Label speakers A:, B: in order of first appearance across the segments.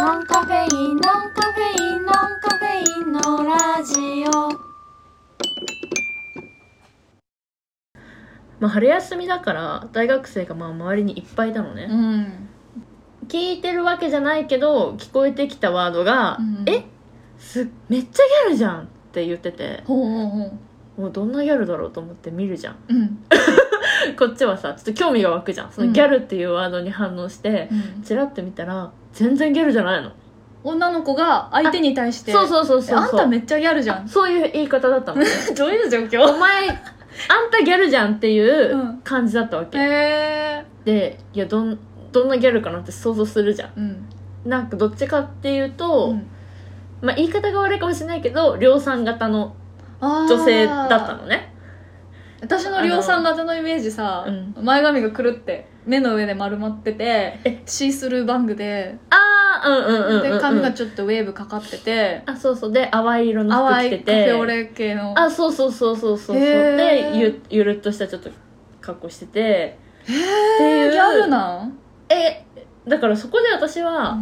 A: ノンカフェインノンカフェインノンカフェインのラジオ
B: まあ、春休みだから大学生がまあ周りにいっぱいいたのね、
A: ん
B: 聞いてるわけじゃないけど聞こえてきたワードが「
A: うん
B: えすめっちゃギャルじゃん」って言ってて
A: ほうほうほう
B: もうどんなギャルだろうと思って見るじゃん
A: うん
B: こっちはさちょっと興味が湧くじゃんそのギャルっていうワードに反応して、チラッて見たら全然ギャルじゃないの
A: 女の子が相手に対して
B: そうそうそうそう
A: えあんためっちゃギャルじゃん
B: そういう言い方だったのね
A: どういう状
B: お
A: 況
B: 前あんたギャルじゃんってい
A: うん
B: う感じだったわけ、
A: へえ
B: でいやどんどんなギャルかなって想像するじゃん
A: うん
B: なんかどっちかっていうと、
A: うん
B: まあ言い方が悪いかもしれないけど量産型の
A: あー
B: 女性だったのね
A: 私の量産型のイメージさ、
B: あの
A: 前髪がくるって目の上で丸まってて
B: え
A: シースルーバングで
B: ああうんうんうんうん、うん、
A: で髪がちょっとウェーブかかってて
B: あそうそうで淡い色の服
A: 淡
B: 着
A: い
B: て
A: カフェオ
B: て
A: レ系の
B: あそうそうそうそうそうそう
A: へ
B: で
A: ー
B: ゆゆるっとしたちょっと格好してて
A: へ
B: っていう
A: ギャルなん、
B: えだからそこで私は、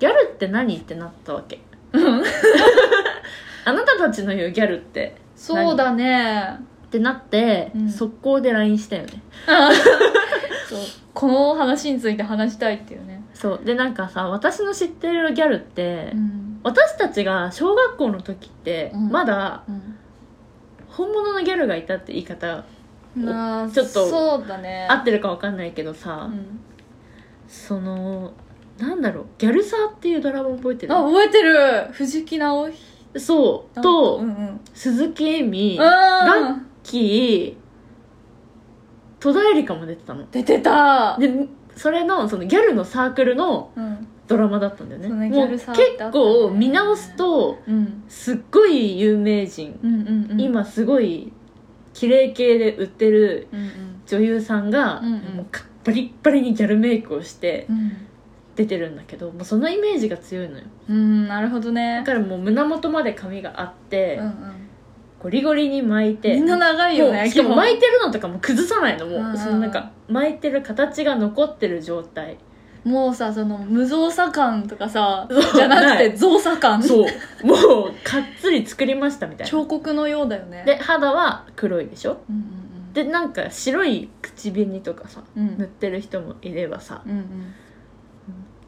B: ギャルって何ってなったわけ
A: うん、
B: あなたたちの言うギャルって
A: そうだね
B: ってなって、
A: うん
B: 速攻で LINE したよね
A: そうこの話について話したいっていうね、
B: そうでなんかさ私の知ってるギャルって、
A: うん
B: 私たちが小学校の時って、
A: うん
B: まだ
A: うん
B: 本物のギャルがいたって言い方
A: なあ
B: ちょっと
A: そうだね
B: 合ってるかわかんないけどさ、
A: うん
B: そのなんだろうギャルサーっていうドラマ覚えて
A: あ覚えてる藤木直彦
B: るそうと、
A: うんうん
B: 鈴木恵美ラッ
A: うん
B: キー戸田恵梨香も出てたの
A: 出てた
B: でそれのそのギャルのサークルの
A: うん
B: ドラマだったんだよね
A: そうね
B: も
A: ギャ
B: う
A: ル
B: 結
A: サーってあったね
B: 構見直すと
A: うん
B: すっごい有名人、
A: うんうんうん
B: 今すごい綺麗系で売ってる
A: うんうん
B: 女優さんが、
A: うんうん
B: もうかバリッバリにギャルメイクをして
A: うん
B: 出てるんだけどもうそのイメージが強いのよ
A: うんなるほど
B: だ
A: ね
B: からもう胸元まで髪があって、
A: うんうん
B: ゴリゴリに巻いて
A: みんな長い
B: も
A: よ
B: う
A: ね
B: しかも
A: 基本
B: 巻いてるのとかも崩さないのもう、
A: うんうんうん
B: そのなんか巻いてる形が残ってる状態
A: もうさその無造作感とかさじゃなく
B: な
A: て
B: い
A: 造作感
B: そうもうかっつり作りましたみたいな
A: 彫刻のようだよね
B: で肌は黒いでしょ
A: うんうん
B: でなんか白い口紅とかさ
A: うん
B: 塗ってる人もいればさ、
A: うんうん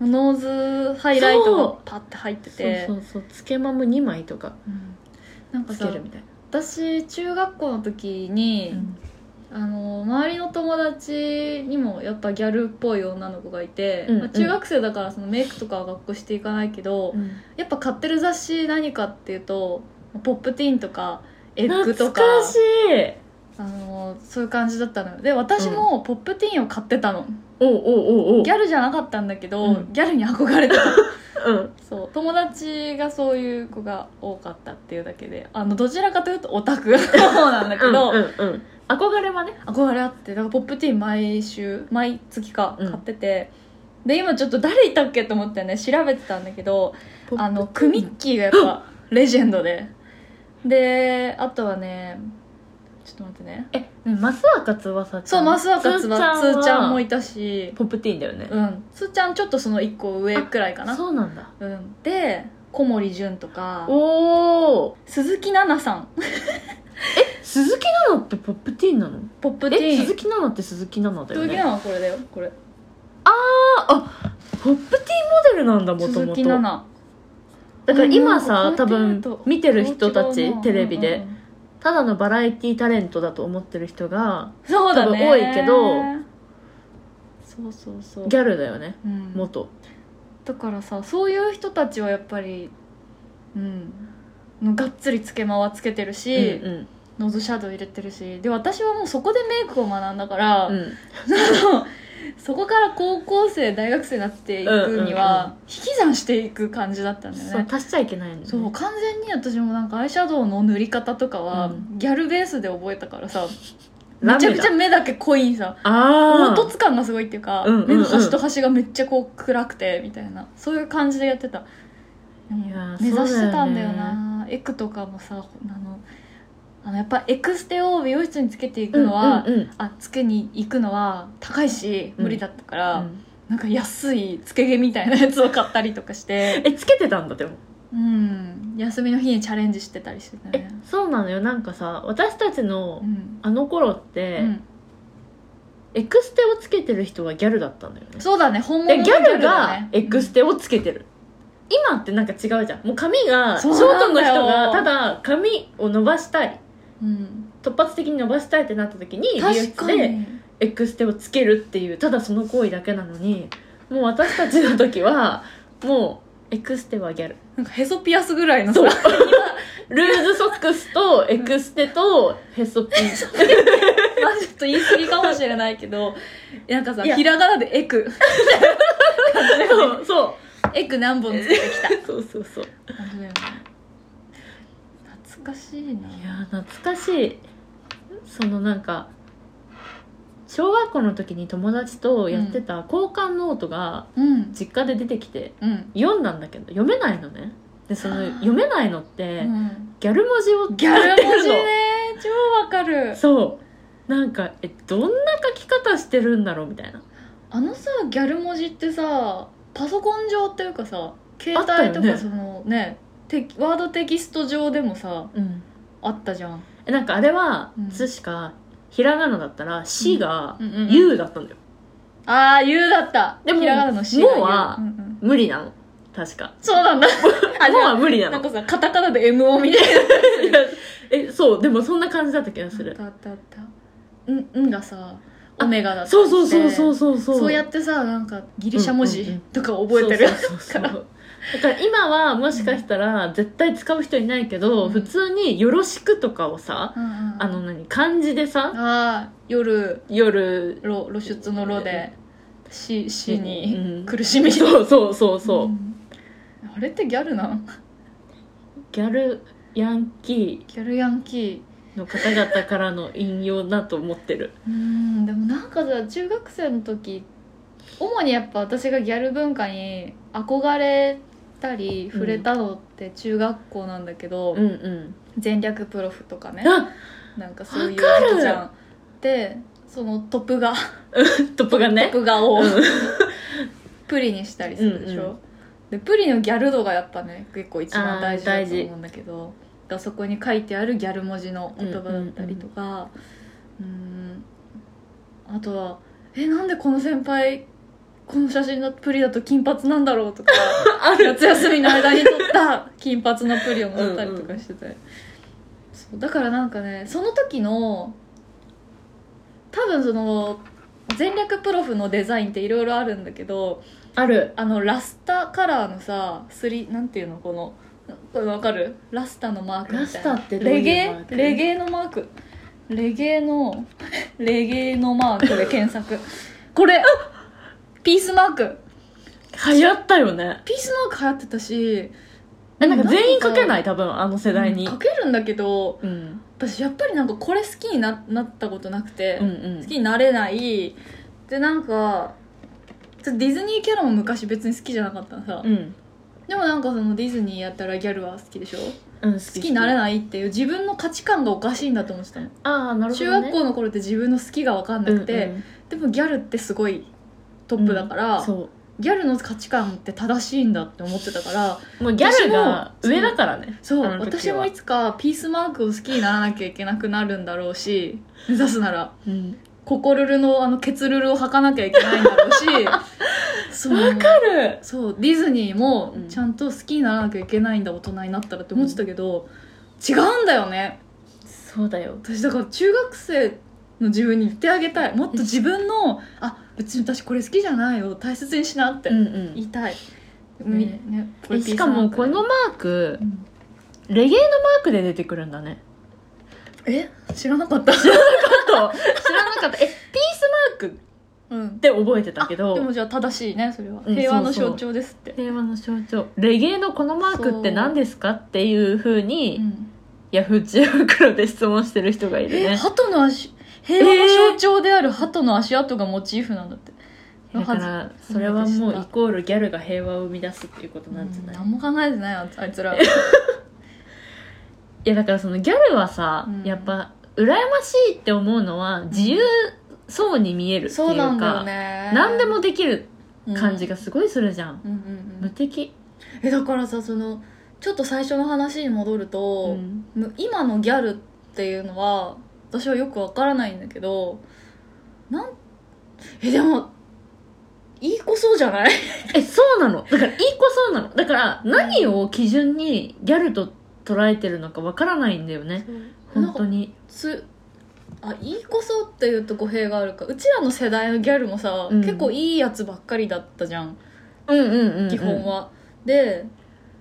A: ノーズハイライトがパッて入ってて
B: そうそうそうつけまむ2枚とか
A: うんなんか
B: つけ
A: さ
B: るみたいな
A: 私中学校の時に、あの周りの友達にもやっぱギャルっぽい女の子がいて、
B: うん
A: まあ中学生だからそのメイクとかは学校していかないけど、
B: うん
A: やっぱ買ってる雑誌何かっていうとポップティーンとかエッグと
B: 懐
A: か
B: かしい
A: あのそういう感じだったのよで私もポップティーンを買ってたの、
B: おうおうおうおう
A: ギャルじゃなかったんだけど、
B: うん
A: ギャルに憧れてた
B: うん
A: そう友達がそういう子が多かったっていうだけであのどちらかというとオタ クの方なんだけ
B: うん
A: ど、
B: うんうん憧れはね
A: 憧れあってだからポップティーン毎週毎月か
B: うん
A: 買ってて、で今ちょっと誰いたっけと思ってね調べてたんだけどあのクミッキーがやっぱレジェンドでであとはねちょっと待ってね
B: えね増若翼ちゃん
A: そう増若つばつ
B: は
A: ーちゃんもいたし
B: ポップティーンだよね
A: うんつーちゃんちょっとその1個上くらいかな
B: そうなんだ
A: うん、で小森純とか
B: おお
A: 鈴木奈々さん
B: 鈴木奈々ってポップティーンなの
A: ポップテ
B: え
A: ィーン
B: 鈴木奈々って鈴木奈々だ
A: 鈴
B: よ
A: 木奈
B: ね
A: 々はこれだよこれ
B: ポップティーンモデルなんだもと
A: 鈴
B: も
A: 木
B: と
A: 奈々
B: だから今
A: う
B: さ
A: ん
B: 多分見てる人たちテレビ
A: うんう
B: で
A: んうん
B: ただのバラエティタレントだと思ってる人が
A: そうだね
B: 多分多いけど
A: そうそうそう
B: ギャルだよね
A: うん
B: 元
A: だからさそういう人たちはやっぱりうんがっつりつけまはつけてるし、
B: うんうん
A: ノーズシャドウ入れてるしで私はもうそこでメイクを学んだから、
B: うん
A: そこから高校生大学生になっていくに
B: うん
A: は引き算していく感じだったんだよね
B: そう足しちゃいけないのね
A: そう完全に私もなんかアイシャドウの塗り方とかは、
B: うん
A: ギャルベースで覚えたからさめ
B: ラメ
A: ち
B: だ
A: ゃくちゃ目だけ濃いさ凹
B: ああ
A: 凸感がすごいっていうか、
B: うんうんうん
A: 目の端と端がめっちゃこう暗くてみたいなそういう感じでやってた
B: いやー
A: 目指してたんだよ
B: そうだよ
A: なエクとかもさあのあのやっぱエクステを美容室につけていくのは、
B: うんうんうん
A: あつけに行くのは高いし無理だったから、
B: うん
A: なんか安いつけ毛みたいなやつを買ったりとかして、
B: えつけてたんだでも
A: うん、休みの日にチャレンジしてたりしてた
B: え
A: ね
B: そうなのよなんかさ私たちの
A: うん、
B: あの頃って、
A: うん
B: エクステをつけてる人はギャルだったんだよね
A: そうだね本物
B: で
A: の
B: ギャル
A: だ
B: が
A: ね
B: エクステをつけてる、今ってなんか違うじゃんもう髪がショ
A: そ
B: ー
A: う
B: ト
A: なん
B: の
A: だ
B: 人
A: よ
B: がただ髪を伸ばしたい
A: うん、
B: 突発的に伸ばしたいってなった時に美容
A: 確
B: 室
A: か
B: で
A: に
B: エクステをつけるっていうただその行為だけなのにもう私たちの時はもうエクステはギャル
A: なんかへそピアスぐらいのさ
B: そうルーズソックスとエクステとヘソピン
A: まあちょっと言い過ぎかもしれないけどなんかさ
B: いや
A: ひらがなでエク感じだよね
B: そうそ
A: エク何本つけて きた
B: うそうそうそう
A: 感じだよね懐かしいない
B: やー懐かしいそのなんか小学校の時に友達とやってた交換ノートが
A: うん
B: 実家で出てきて
A: うん、
B: 読んだんだけど読めないのねでその読めないのって、
A: うん、
B: ギャル文字を
A: ギャル文字
B: やっ
A: ね超わかる
B: そうなんかえどんな書き方してるんだろうみたいな
A: あのさギャル文字ってさパソコン上っていうかさ携
B: あっ
A: 帯
B: た
A: と
B: よね
A: かそのねテキワードテキスト上でもさ
B: うん
A: あったじゃん、
B: えなんかあれは
A: うん
B: 「つ」しかひらがなだったら「し」が
A: うん
B: 「ゆ」だったんだよ
A: ああ U だった
B: でも
A: ひらがなの C が U
B: もは
A: うんうん
B: 無理なの確か
A: そう なんだ
B: 「
A: あ
B: も」
A: じゃ
B: は無理な
A: あなん
B: の
A: かさカタカナで MO みたいな
B: いや えそうでもそんな感じだった気がする
A: あったあったあったんんがさオメガだった
B: そうそうそうそう
A: そう
B: そうそう
A: そうやってさなんかギリシャ文
B: うんうんう
A: 字
B: ん
A: とか覚えてる
B: そうそうそうそう
A: から
B: だから今はもしかしたら絶対使う人いないけど、
A: うん
B: 普通に「よろしく」とかをさ、あ
A: あ
B: の何漢字でさ
A: あー夜
B: 夜
A: 露露出の露で死死
B: う
A: に
B: ん
A: 苦しみう
B: そうそうそうそう、
A: んあれってギャルなん
B: ギャルヤンキ
A: ギャルヤンキ
B: ーの方々からの引用だと思ってる
A: ーうんでもなんかさ中学生の時主にやっぱ私がギャル文化に憧れたり触れたのって中学校なんだけど、
B: うんうん
A: 全略プロフとかね
B: あ
A: なんかそういう
B: わかる
A: 時期じゃんでそのトップが
B: トップが
A: ト
B: ね
A: ップがを
B: うん
A: プリにしたりするでしょ、
B: うんうん
A: でプリのギャル度がやっぱね結構一番大事だと思うんだけどがそこに書いてあるギャル文字の言葉だったりとかうんあとは「えなんでこの先輩この写真のプリだと金髪なんだろう?」とか
B: ある
A: 夏休みの間に撮った金髪のプリを載ったりとかしてて、そうだからなんかねその時の多分その全略プロフのデザインっていろいろあるんだけど
B: ある
A: あのラスタカラーのさスリなんていうのこのこれわかるラスタのマークみたいな
B: ラスタってどう
A: レゲ
B: いうマー
A: エ
B: ク
A: レゲエのマークレゲエの レゲエのマークで検索これピースマーク
B: 流行ったよね
A: ピースマーク流行ってたし
B: えなんか全員書けないい多分あの世代に、
A: かけるんだけど
B: うん、
A: 私やっぱりなんかこれ好きにななったことなくて、
B: うん
A: 好きになれないでなんかちょっとディズニーキャラも昔別に好きじゃなかったのさ、
B: うんうん
A: でもなんかそのディズニーやったらギャルは好きでしょ好
B: うん好
A: きになれ
B: い
A: ないっていう自分の価値観がおかしいんだと思ってたの、
B: ああなるほ
A: 中
B: ど、ね、
A: 学校の頃って自分の好きが分かんなくて、
B: うんうん
A: でもギャルってすごいトップだから、
B: そ
A: ギャルの価値観って正しいんだって思ってたから
B: うもうギャルが上だからね
A: そう
B: あの時
A: 私
B: は
A: もいつかピースマークを好きにならなきゃいけなくなるんだろうし目指すなら
B: うん
A: ココルルのあのケツルルを履かなきゃいけないんだろう しそう
B: ある
A: そうディズニーも
B: うん
A: ちゃんと好きにならなきゃいけないんだ大人になったらって思ってたけど、違うんだよね
B: そうだよ
A: 私だから中学生の自分に言ってあげたいもっと自分の「あ別に私これ好きじゃないよ大切にしな」って
B: うん
A: 言
B: う
A: いたい、
B: ん
A: みね
B: んえしかもこの、マークレゲエのマークで出てくるんだね
A: え知らなかった、
B: ちょっと知らなかったえピースマーク
A: うん
B: っ、て覚えてたけ
A: で
B: ど
A: もじゃあ正しいねそれは、
B: うん
A: 平和の
B: そうそう
A: 象徴ですって
B: 平和の象徴レゲエのこのマークって何ですかっていうふうに、
A: うん
B: ヤフー知恵袋で質問してる人がいる
A: え
B: ね
A: 鳩の足平和の象徴である鳩の足跡がモチーフなんだって
B: だからそれはもうイコールギャルが平和を生み出すっていうこと
A: う
B: なんじゃ
A: ん
B: ない、
A: 何も考えてないよあいつ ら
B: いやだからそのギャルはさ、
A: うん
B: やっぱ羨ましいって思うのは自由そうに見えるっていう
A: そう
B: か、
A: なんだよね
B: 何でもできる感じがすごいするじゃん、
A: うんうんう
B: 無
A: ん、
B: 敵、
A: えだからさそのちょっと最初の話に戻る
B: う
A: と、
B: ん
A: む今のギャルっていうのは私はよくわからないんだけどなんえでもいい子そうじゃない
B: えそうなのだからいい子そうなのだから何を基準にギャルと捉えてるのかわからないんだよね
A: なん
B: 本
A: か
B: 当に
A: つあいい子そうっていうと語弊があるかうちらの世代のギャルもさ、
B: うん
A: 結構いいやつばっかりだったじゃん
B: うんうんうん、
A: 基本は、で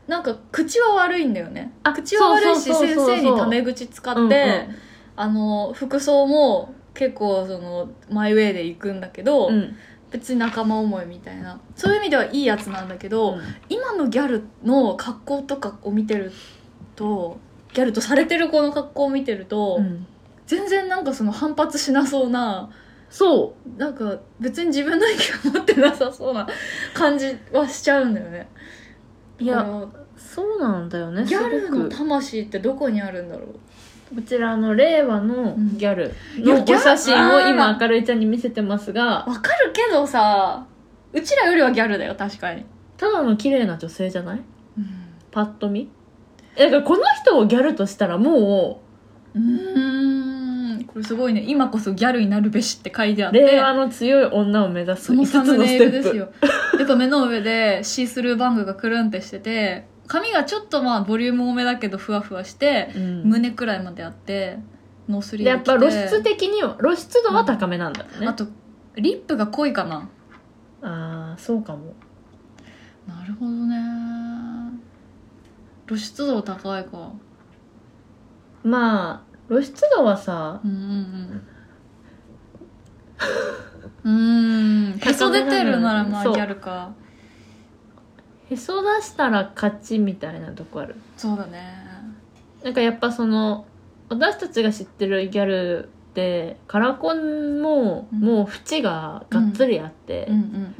A: なんか口は悪いんだよね
B: あ
A: 口は悪いし
B: そうそうそう
A: 先
B: そう
A: 生にタメ口使って、
B: うんうん
A: あの服装も結構そのマイウェイで行くんだけど、
B: うん
A: 別に仲間思いみたいなそういう意味ではいいやつなんだけど、
B: うん
A: 今のギャルの格好とかを見てるとギャルとされてる子の格好を見てると、
B: うん
A: 全然なんかその反発しなそうな
B: そ
A: なんか別に自分の意見を持ってなさそうな感じはしちゃうんだよね
B: うい
A: だか
B: や
A: ら
B: そうなんだよね
A: ギャルの
B: す
A: 魂ってどこにあるんだろう
B: ごくこちらの令和のギャル
A: いや
B: のお
A: ギャル
B: 写真を今
A: あ
B: 明るいちゃんに見せてますが
A: わかるけどさうちらよりはギャルだよ確かに、
B: ただの綺麗な女性じゃないパッと見だからこの人をギャルとしたらも
A: うーんこれすごいね今こそギャルになるべしって書いてあっ
B: う
A: て
B: 令和の強い女を目指す
A: その
B: 5
A: サ
B: つ
A: ム
B: の
A: ネ
B: ス
A: イ
B: テ
A: ルで
B: ッ
A: す
B: プ
A: よやっぱ目の上でシースルーバングがくるんってしてて髪がちょっとまあボリューム多めだけどふわふわして、
B: うん
A: 胸くらいまであってノースリ
B: で
A: ーブ
B: やっぱ露出
A: て
B: 的には露出度は高めなんだよね、
A: あとリップが濃いかな
B: ああそうかも
A: なるほどね露出度高いか
B: まあ露出度はさ
A: うんうんうん うーんへそ出てるならまあギ
B: そう
A: ャルか
B: へそ出したら勝ちみたいなとこある
A: そうだね
B: なんかやっぱその私たちが知ってるギャルってカラコンも、
A: うん
B: もう縁ががっつりあって
A: うん、うん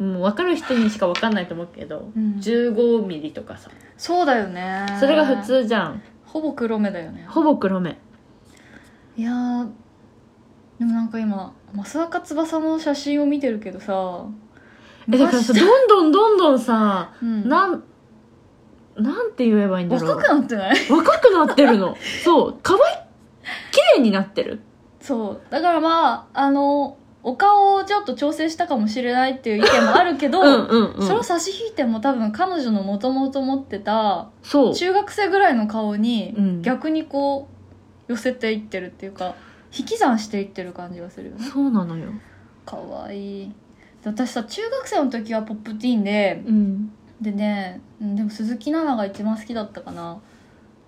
B: もう分かる人にしか分かんないと思うけど、
A: うんうん
B: 15ミリとかさ
A: そうだよね
B: それが普通じゃん
A: ほぼ黒目だよね
B: ほぼ黒目
A: いやーでもなんか今益若翼の写真を見てるけどさ
B: えだからさ
A: 昔
B: どんどんどんどんさ
A: うん
B: なんなんて言えばいいんだろう
A: 若くなってない
B: 若くなってるのそう可愛い綺麗になってる
A: そうだからまああのお顔をちょっと調整したかもしれないっていう意見もあるけ
B: う
A: ど、
B: んうんうん
A: それを差し引いても多分彼女のもともと持ってた
B: そう
A: 中学生ぐらいの顔に
B: うん
A: 逆にこう寄せていってるっていうか引き算していってる感じがするよね
B: そうなのよ
A: かわいいで私さ中学生の時はポップティーンで
B: うん
A: でねうんでも鈴木奈々が一番好きだったかな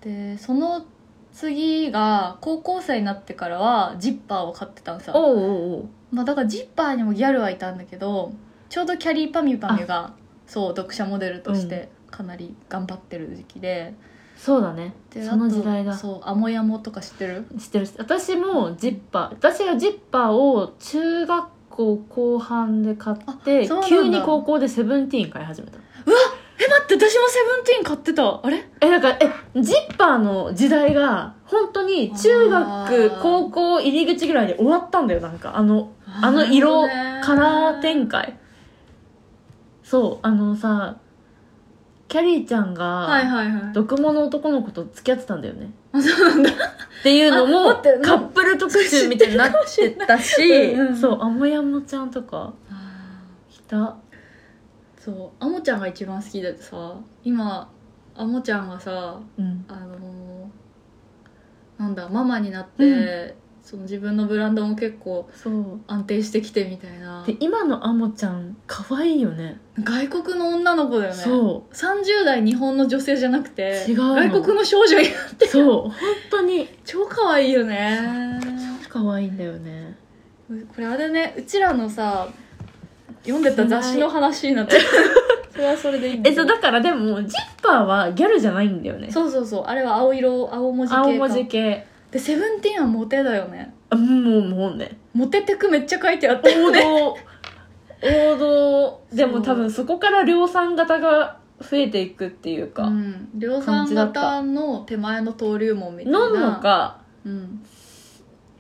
A: でその次が高校生になってからはジッパーを買ってたのさ、
B: おうおうおう
A: まあ、だからジッパーにもギャルはいたんだけどちょうどキャリーパミュパミュがそう読者モデルとしてかなり頑張ってる時期で,、
B: そうだね
A: で
B: その時代
A: あ
B: だ
A: と
B: 知
A: そう「アモヤモ」とか知ってる
B: ってる私もジッパー私がジッパーを中学校後半で買って
A: あそうなんだ
B: 急に高校でセブンティーン買い始めた
A: え待って私もセブンティーン買ってたあれ
B: えだからえジッパーの時代が本当に中
A: あ
B: 学
A: ー
B: 高校入り口ぐらいで終わったんだよなんかあのあの色カラー展開そうあのさキャリーちゃん
A: はい
B: が
A: はいはい
B: 毒物男の子と付き合ってたんだよね
A: あそうなんだ
B: っていうの
A: あ
B: も
A: 待って
B: カップル特集みたいになってた し
A: うんうん
B: そうあもやもちゃんとかいた
A: そうあもちゃんが一番好きでさ今あもちゃんがさ
B: うん
A: あのーなんだママになって、
B: う
A: その自分のブランドも結構
B: そう
A: 安定してきてみたいな
B: で今のあもちゃん可愛いよね
A: 外国の女の子だよね
B: そう
A: 30代日本の女性じゃなくて
B: 違うの
A: 外国の少女
B: そう本当に
A: 超可愛いよね
B: 可愛いんだよね
A: これあれねうちらのさ読んでた雑誌の話になって それはそれでいいんだ
B: え
A: けど
B: そうだからでもジッパーはギャルじゃないんだよね
A: そうそうそうあれは青色青文字系か
B: 青文字系
A: でセブンティーンはモテだよね
B: あもうもうね
A: モテテクめっちゃ書いてあった
B: 王
A: よね
B: 道王道で
A: そ
B: も
A: う
B: 多分そこから量産型が増えていくっていうか、
A: うん量産型の手前の登竜門みたいな
B: 飲んのか
A: うん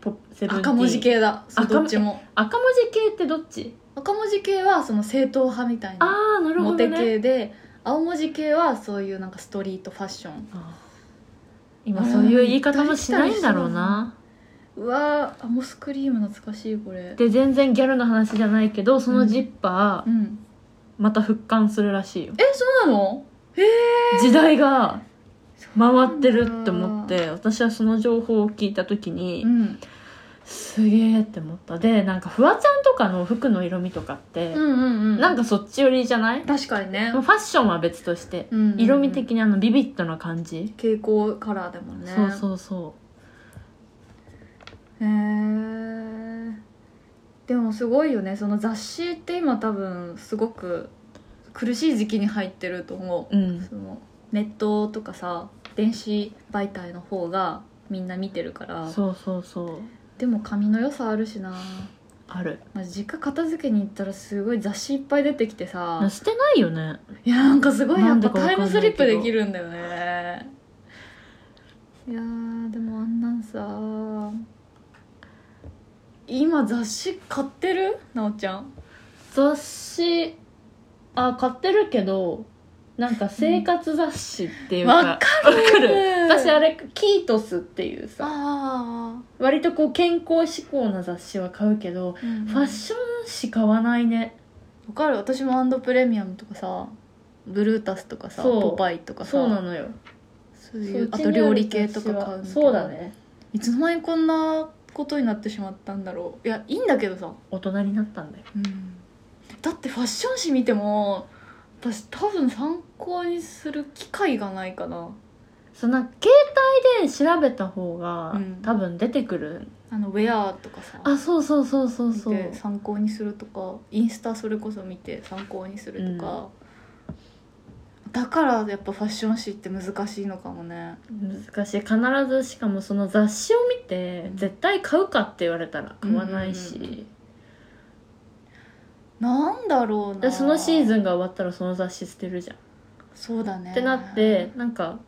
B: ポセブンティーン
A: 赤文字系だそう
B: 赤
A: ど
B: 文
A: っちも
B: 赤文字系ってどっち
A: 赤文字系はその正統派みたいな
B: ああなる
A: モ
B: ほど
A: テ
B: ね
A: 系で青文字系はそういうなんかストリートファッション
B: あー今そういう言い方もしないんだろうな
A: うわーあモスクリーム懐かしいこれ
B: で全然ギャルの話じゃないけどそのジッパー、
A: うん
B: また復刊するらしいよ
A: えそうなのへえ
B: 時代が回ってるって思って私はその情報を聞いた時に、
A: うん
B: すげえって思ったでなんかフワちゃんとかの服の色味とかって、
A: うんうんうん
B: なんかそっち寄りじゃない、
A: 確かにね
B: まあ、ファッションは別として、
A: うんうん
B: 色味的にあのビビッドな感じ、
A: 蛍光カラーだもんね
B: そうそうそう
A: へえでもすごいよねその雑誌って今多分すごく苦しい時期に入ってると思う、
B: うん
A: そのネットとかさ電子媒体の方がみんな見てるから
B: そうそうそう
A: でも紙の良さあるしな、
B: ある
A: まあ、実家片付けに行ったらすごい雑誌いっぱい出てきてさ
B: 捨てないよね
A: いやなんかすごい
B: な
A: や
B: ん
A: っ
B: で
A: ぱ
B: かわか
A: タ
B: ん
A: イ
B: ない
A: ム
B: けど
A: スリップできるんだよねいやーでもあんなんさ今雑誌買ってるなおちゃん
B: 雑誌あ買ってるけどなんか生活雑誌っていうか
A: わか
B: るわか
A: る
B: 私あれキートスっていうさ
A: あ
B: 割とこう健康志向な雑誌は買うけど
A: あ、うん
B: ファッション誌買わないね
A: わかる私もアンドプレミアムとかさブルータスとかさ
B: そう
A: ポパイとかさ
B: そうなのよ
A: そう
B: そう
A: いうう
B: ち
A: あ
B: に
A: と
B: る
A: 料理系とか買うんだけ
B: 雑誌
A: ど
B: はそうだね
A: いつの間にこんなことになってしまったんだろういやいいんだけどさ
B: 大人になったんだよ
A: うんだってファッション誌見ても私多分参考にする機会がないかな
B: その携帯で調べた方が、
A: うん
B: 多分出てくる
A: あのウェアとかさ
B: あそうそうそうそうそう
A: 見て参考にするとかインスタそれこそ見て参考にするとか、だからやっぱファッション誌って難しいのかもね
B: 難しい必ずしかもその雑誌を見て絶対買うかって言われたら買わないし、
A: うんうんなんだろう
B: で
A: な
B: そのシーズンが終わったらその雑誌捨てるじゃん、
A: そうだね
B: ってなってなんか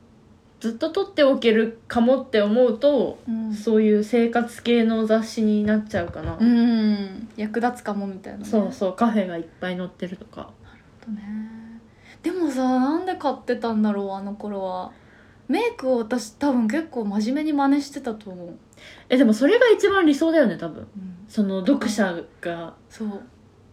B: ずっと取っておけるかもって思うと
A: うん、
B: そういう生活系の雑誌になっちゃうかな、
A: うん役立つかもみたいなね、
B: そうそうカフェがいっぱい載ってるとか
A: とねでもさなんで買ってたんだろうあの頃はメイクを私多分結構真面目に真似してたと思う、
B: えでもそれが一番理想だよね多分その読者が
A: そう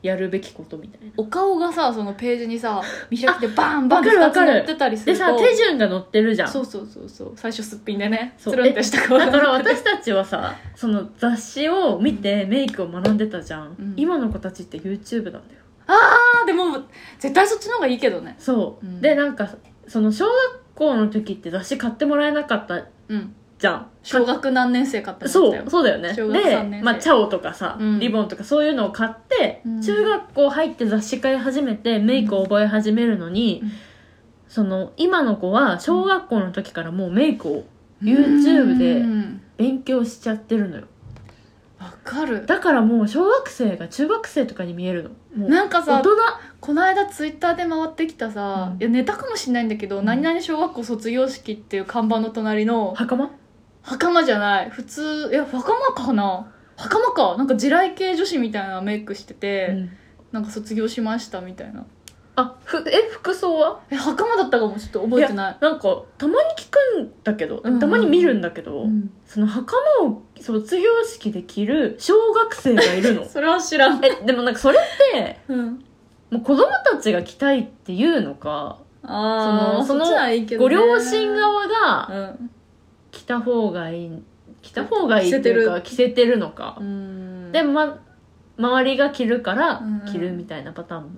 B: やるべきことみたいな
A: お顔がさそのページにさ見開きでバンバン
B: わかるわかる
A: ってたりす
B: で
A: ると
B: さ手順が載ってるじゃん
A: そうそうそうそう最初すっぴんでね
B: そう
A: つるんってした顔
B: だから
A: になって
B: 私たちはさ その雑誌を見てメイクを学んでたじゃん、
A: うん
B: 今の子たちって YouTube なんだよ
A: あーでも絶対そっちの方がいいけどね
B: そう、
A: うん
B: でなんかその小学校の時って雑誌買ってもらえなかった
A: うん
B: じゃん
A: 小学何年生かって思
B: そ
A: ったよ
B: うそうだよね
A: 小学三年
B: で、
A: 生
B: まあ、チャオとかさ、
A: うん
B: リボンとかそういうのを買って、
A: うん
B: 中学校入って雑誌買い始めてメイクを覚え始めるのに、
A: うん
B: その今の子は小学校の時からもうメイクを YouTube
A: う
B: で
A: ん
B: 勉強しちゃってるのよ
A: わかる
B: だからもう小学生が中学生とかに見えるのもう
A: なんか
B: 大
A: さ
B: 人
A: この間ツイッターで回ってきたさ、
B: うん
A: いやネタかもしれないんだけど、
B: うん
A: 何々小学校卒業式っていう看板の隣の
B: 袴
A: 袴じゃない普通いや袴かな袴かなんか地雷系女子みたいなメイクしてて、
B: うん
A: なんか卒業しましたみたいな
B: あふえ服装は
A: え袴だったかもちょっと覚えてない
B: なんかたまに聞くんだけど、
A: うんうん
B: たまに見るんだけど、
A: うん
B: その袴を卒業式で着る小学生がいるの
A: それは知らん、
B: えでもなんかそれって
A: うん、
B: もう子供たちが着たいっていうのか
A: ああ
B: その
A: っちはいいけど、
B: ご
A: ね、
B: 両親側が
A: うん
B: 着た方がいい着た方がいいっていうか着せてるのか、
A: うん
B: で、ま、周りが着るから
A: うんうん
B: 着るみたいなパターンも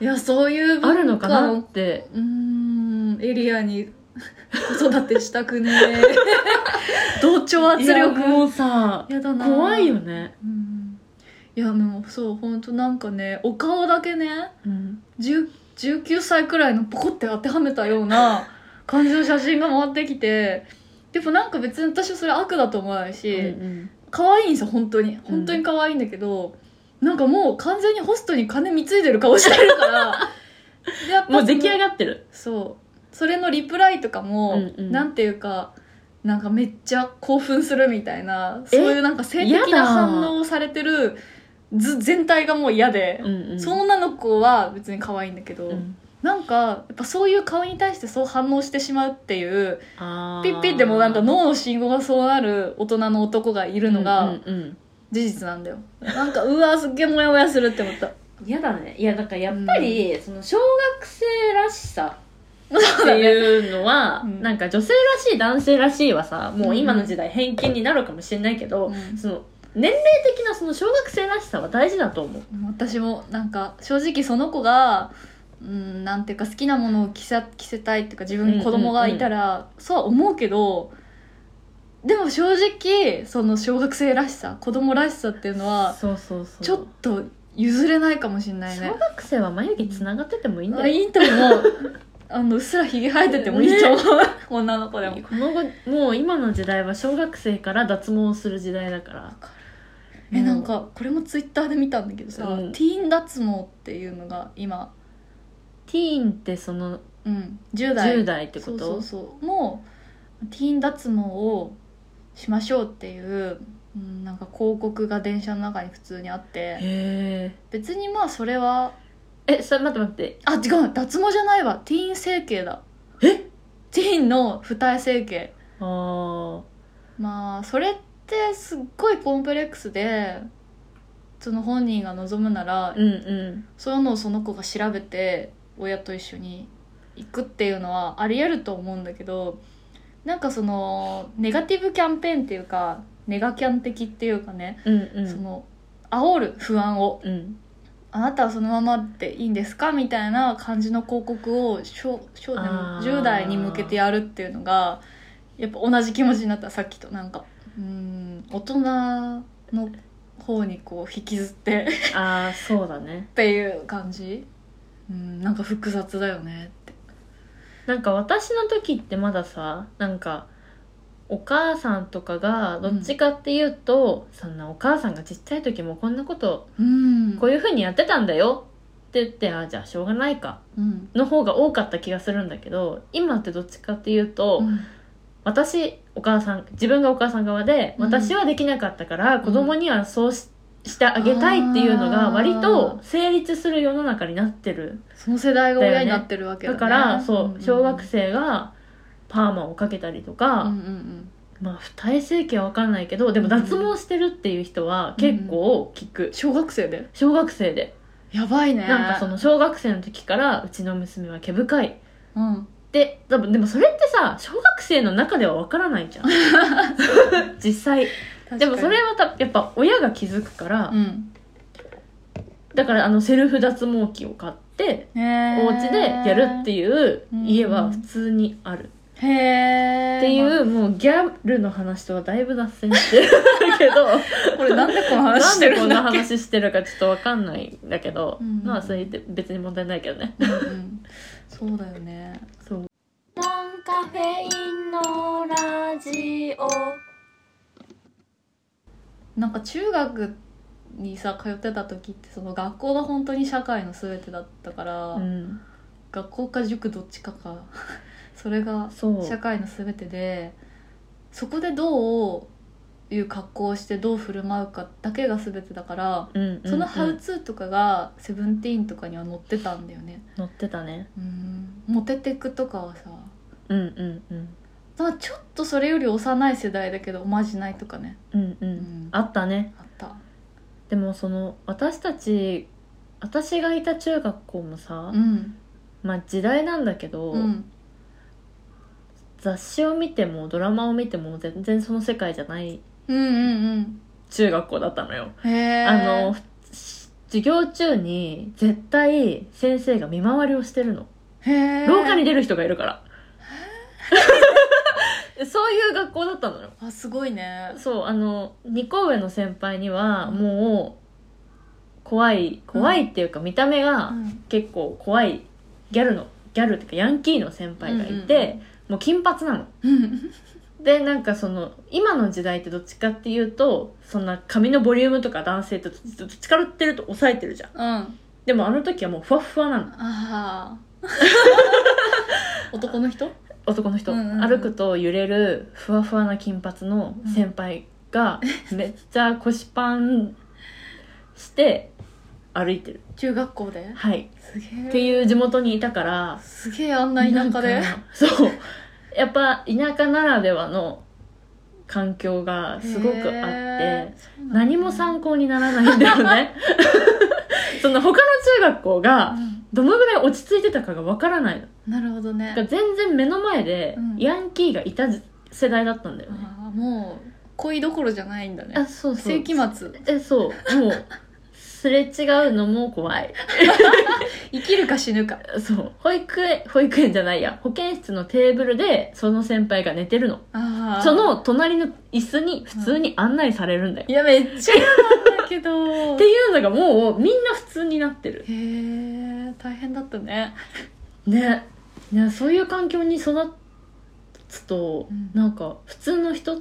A: いやそういう文化
B: あるのかなって、
A: うーんエリアに 子育てしたくねえ同調圧
B: いや
A: 力
B: もう さ
A: やだな
B: 怖いよね、
A: うんいやでもそう本当なんかねお顔だけね
B: うん、
A: 10 19歳くらいのポコって当てはめたよう な感じの写真が回ってきてでもなんか別に私はそれ悪だと思わないし、可愛いんですよ本当に本当に可愛いんだけど、なんかもう完全にホストに金貢いでる顔してる からでやっぱそ
B: も
A: の
B: う出来上がってる
A: そうそれのリプライをとかも、
B: うんうん
A: なんていうかなんかめっちゃ興奮するみたいな
B: え
A: そういうなんか性
B: や
A: 的
B: だ
A: な反応をされてる図全体がもう嫌で、
B: うんうん
A: その女の子は別に可愛いんだけど、
B: うん
A: なんかやっぱそういう顔に対してそう反応してしまうっていう
B: あー
A: ピッピッでもなんか脳の信号がそうなる大人の男がいるの
B: うん
A: が
B: うんうん
A: 事実なんだよ、なんかうわすっげえモヤモヤするって思った
C: 嫌だねいやだからやっぱり、その小学生らしさ
A: そ
C: っ
A: う
C: て
A: だね
C: いうのは、
A: うん
C: なんか女性らしい男性らしいはさもう今の時代偏見になるかもしれないけど、
A: うん
C: その年齢的なその小学生らしさは大事だと思う
A: 私もなんか正直その子がうんなんていうか好きなものを着せ着せたいっていうか自分に子供がいたら、そうは思うけどでも正直その小学生らしさ子供らしさっていうのは
B: そうそうそう
A: ちょっと譲れないかもしれないね
C: 小学生は眉毛つながっててもいいん
A: あ
C: だよ
A: いいと思う あのうっすらひげ生えててもいいと思う、 女の子でも
C: この後もう今の時代は小学生から脱毛する時代だから
A: えなんかこれもツイッターで見たんだけどさ、
B: うん
A: ティーン脱毛っていうのが今、
C: ティーンってその
A: うん、10代
C: 10代ってこと
A: そうそうそうもうティーン脱毛をしましょうっていう、うん、なんか広告が電車の中に普通にあって
B: へ
A: 別にまあそれは
C: えそれ待って待って
A: あ違う脱毛じゃないわティーン整形だ
B: え
A: ティーンの二重整形
B: あー
A: まあそれってすっごいコンプレックスでその本人が望むなら、
B: うんうん
A: そういうのをその子が調べて親と一緒に行くっていうのはあり得ると思うんだけどなんかそのネガティブキャンペーンっていうかネガキャン的っていうかね、
B: うんう
A: そ
B: ん
A: の煽る不安を
B: うん
A: あなたはそのままでいいんですかみたいな感じの広告をしょしょでも
B: あー
A: 10代に向けてやるっていうのがやっぱ同じ気持ちになったさっきとなんかうん大人の方にこう引きずって
B: ああそうだね
A: っていう感じうんなんか複雑だよねって
B: なんか私の時ってまださなんかお母さんとかがどっちかっていうと、そんなお母さんがちっちゃい時もこんなこと
A: うん
B: こういう風にやってたんだよって言ってあじゃあしょうがないか
A: うん
B: の方が多かった気がするんだけど今ってどっちかっていうと、私お母さん自分がお母さん側で、
A: うん
B: 私はできなかったから
A: ん
B: 子供にはそうししてあげたいっていうのが
A: あー
B: 割と成立する世の中になってる
A: その世代が
B: だよ
A: 親
B: ね
A: になってるわけだ,、
B: だ
A: ね
B: から
A: ん
B: そ
A: ん
B: う小学生がパーマをかけたりとか、
A: うんうん
B: まあ二重整形は分かんないけどでも脱毛してるっていう人は結構聞く、
A: うん小学生で
B: 小学生で
A: やばいね
B: なんかその小学生の時からうちの娘は毛深い
A: うん
B: で多分でもそれってさ小学生の中では分からないじゃん実際でもそれはたやっぱ親が気づくから、
A: うん
B: だからあのセルフ脱毛器を買ってお家でやるって
A: い
B: いう
A: うん
B: 家は普通にある、
A: うへえ
B: っていう、もうギャルの話とはだいぶ脱線してるけど
A: これ なんでこの話
B: な
A: し
B: ん
A: て
B: で
A: る
B: こ
A: ん
B: ん
A: だ
B: な
A: っけ
B: 話してるかちょっとわかんないんだけど、
A: うん
B: まあそれで別に問題ないけどね
A: うんうんそうだよね
B: そう
C: ノンカフェインのラジオ
A: なんか中学にさ通ってた時ってその学校が本当に社会の全てだったから、
B: うん
A: 学校か塾どっちかか それが
B: そう
A: 社会の全てでそこでどういう格好をしてどう振る舞うかだけが全てだから
B: うんうんうん
A: そのハウツーとかがセブンティーンとかには載ってたんだよね
B: 乗ってたね
A: うんモテテクとかはさ
B: うんうんうん
A: まあちょっとそれより幼い世代だけどおまじないとかね、
B: うんう
A: うんん、あ
B: あったね
A: った
B: でもその私たち私がいた中学校もさ、
A: うん
B: まあ時代なんだけど、
A: うん
B: 雑誌を見てもドラマを見ても全然その世界じゃない
A: うんうん
B: 中学校だったのよ、
A: うんへえ
B: あのふ授業中に絶対先生が見回りをしてるの
A: へえ
B: 廊下に出る人がいるから そういう学校だったのよ
A: あすごいね
B: そうあの2個上の先輩にはもう怖い怖いっていうか見た目が
A: うん
B: 結構怖いギャルのギャルっていうかヤンキーの先輩がいて、もう金髪なの
A: うんうん
B: でなんかその今の時代ってどっちかっていうとそんな髪のボリュームとか男性ってどっちかっていうと抑えてるじゃん
A: うんうん
B: でもあの時はもうふわっふわなの
A: ああ男の人
B: 男の人、
A: うんうんうん
B: 歩くと揺れるふわふわな金髪の先輩がめっちゃ腰パンして歩いてる
A: 中学校で
B: はい
A: すげえ
B: っていう地元にいたから
A: すげえあんな田舎で
B: なんかそうやっぱ田舎ならではの環境がすごくあって、
A: へーそうなんだ
B: 何も参考にならないんだよね その他の中学校がどのぐらい落ち着いてたかがわからないの
A: うんなるほどね
B: だから全然目の前で
A: うん
B: ヤンキーがいた世代だったんだよね、
A: ああもう恋どころじゃないんだ
B: あ
A: ね
B: そうそう
A: 世紀末
B: えそうもうすれ違うのも怖い
A: 生きるか死ぬか
B: そう保育園保育園じゃないや保健室のテーブルでその先輩が寝てるの
A: ああ
B: その隣の椅子に普通に案内されるんだよ、
A: いやめっちゃ嫌なんだけど
B: っていうのがもうみんな普通になってる
A: へえ大変だったね
B: ねねそういう環境に育つと、
A: うん
B: なんか普通の人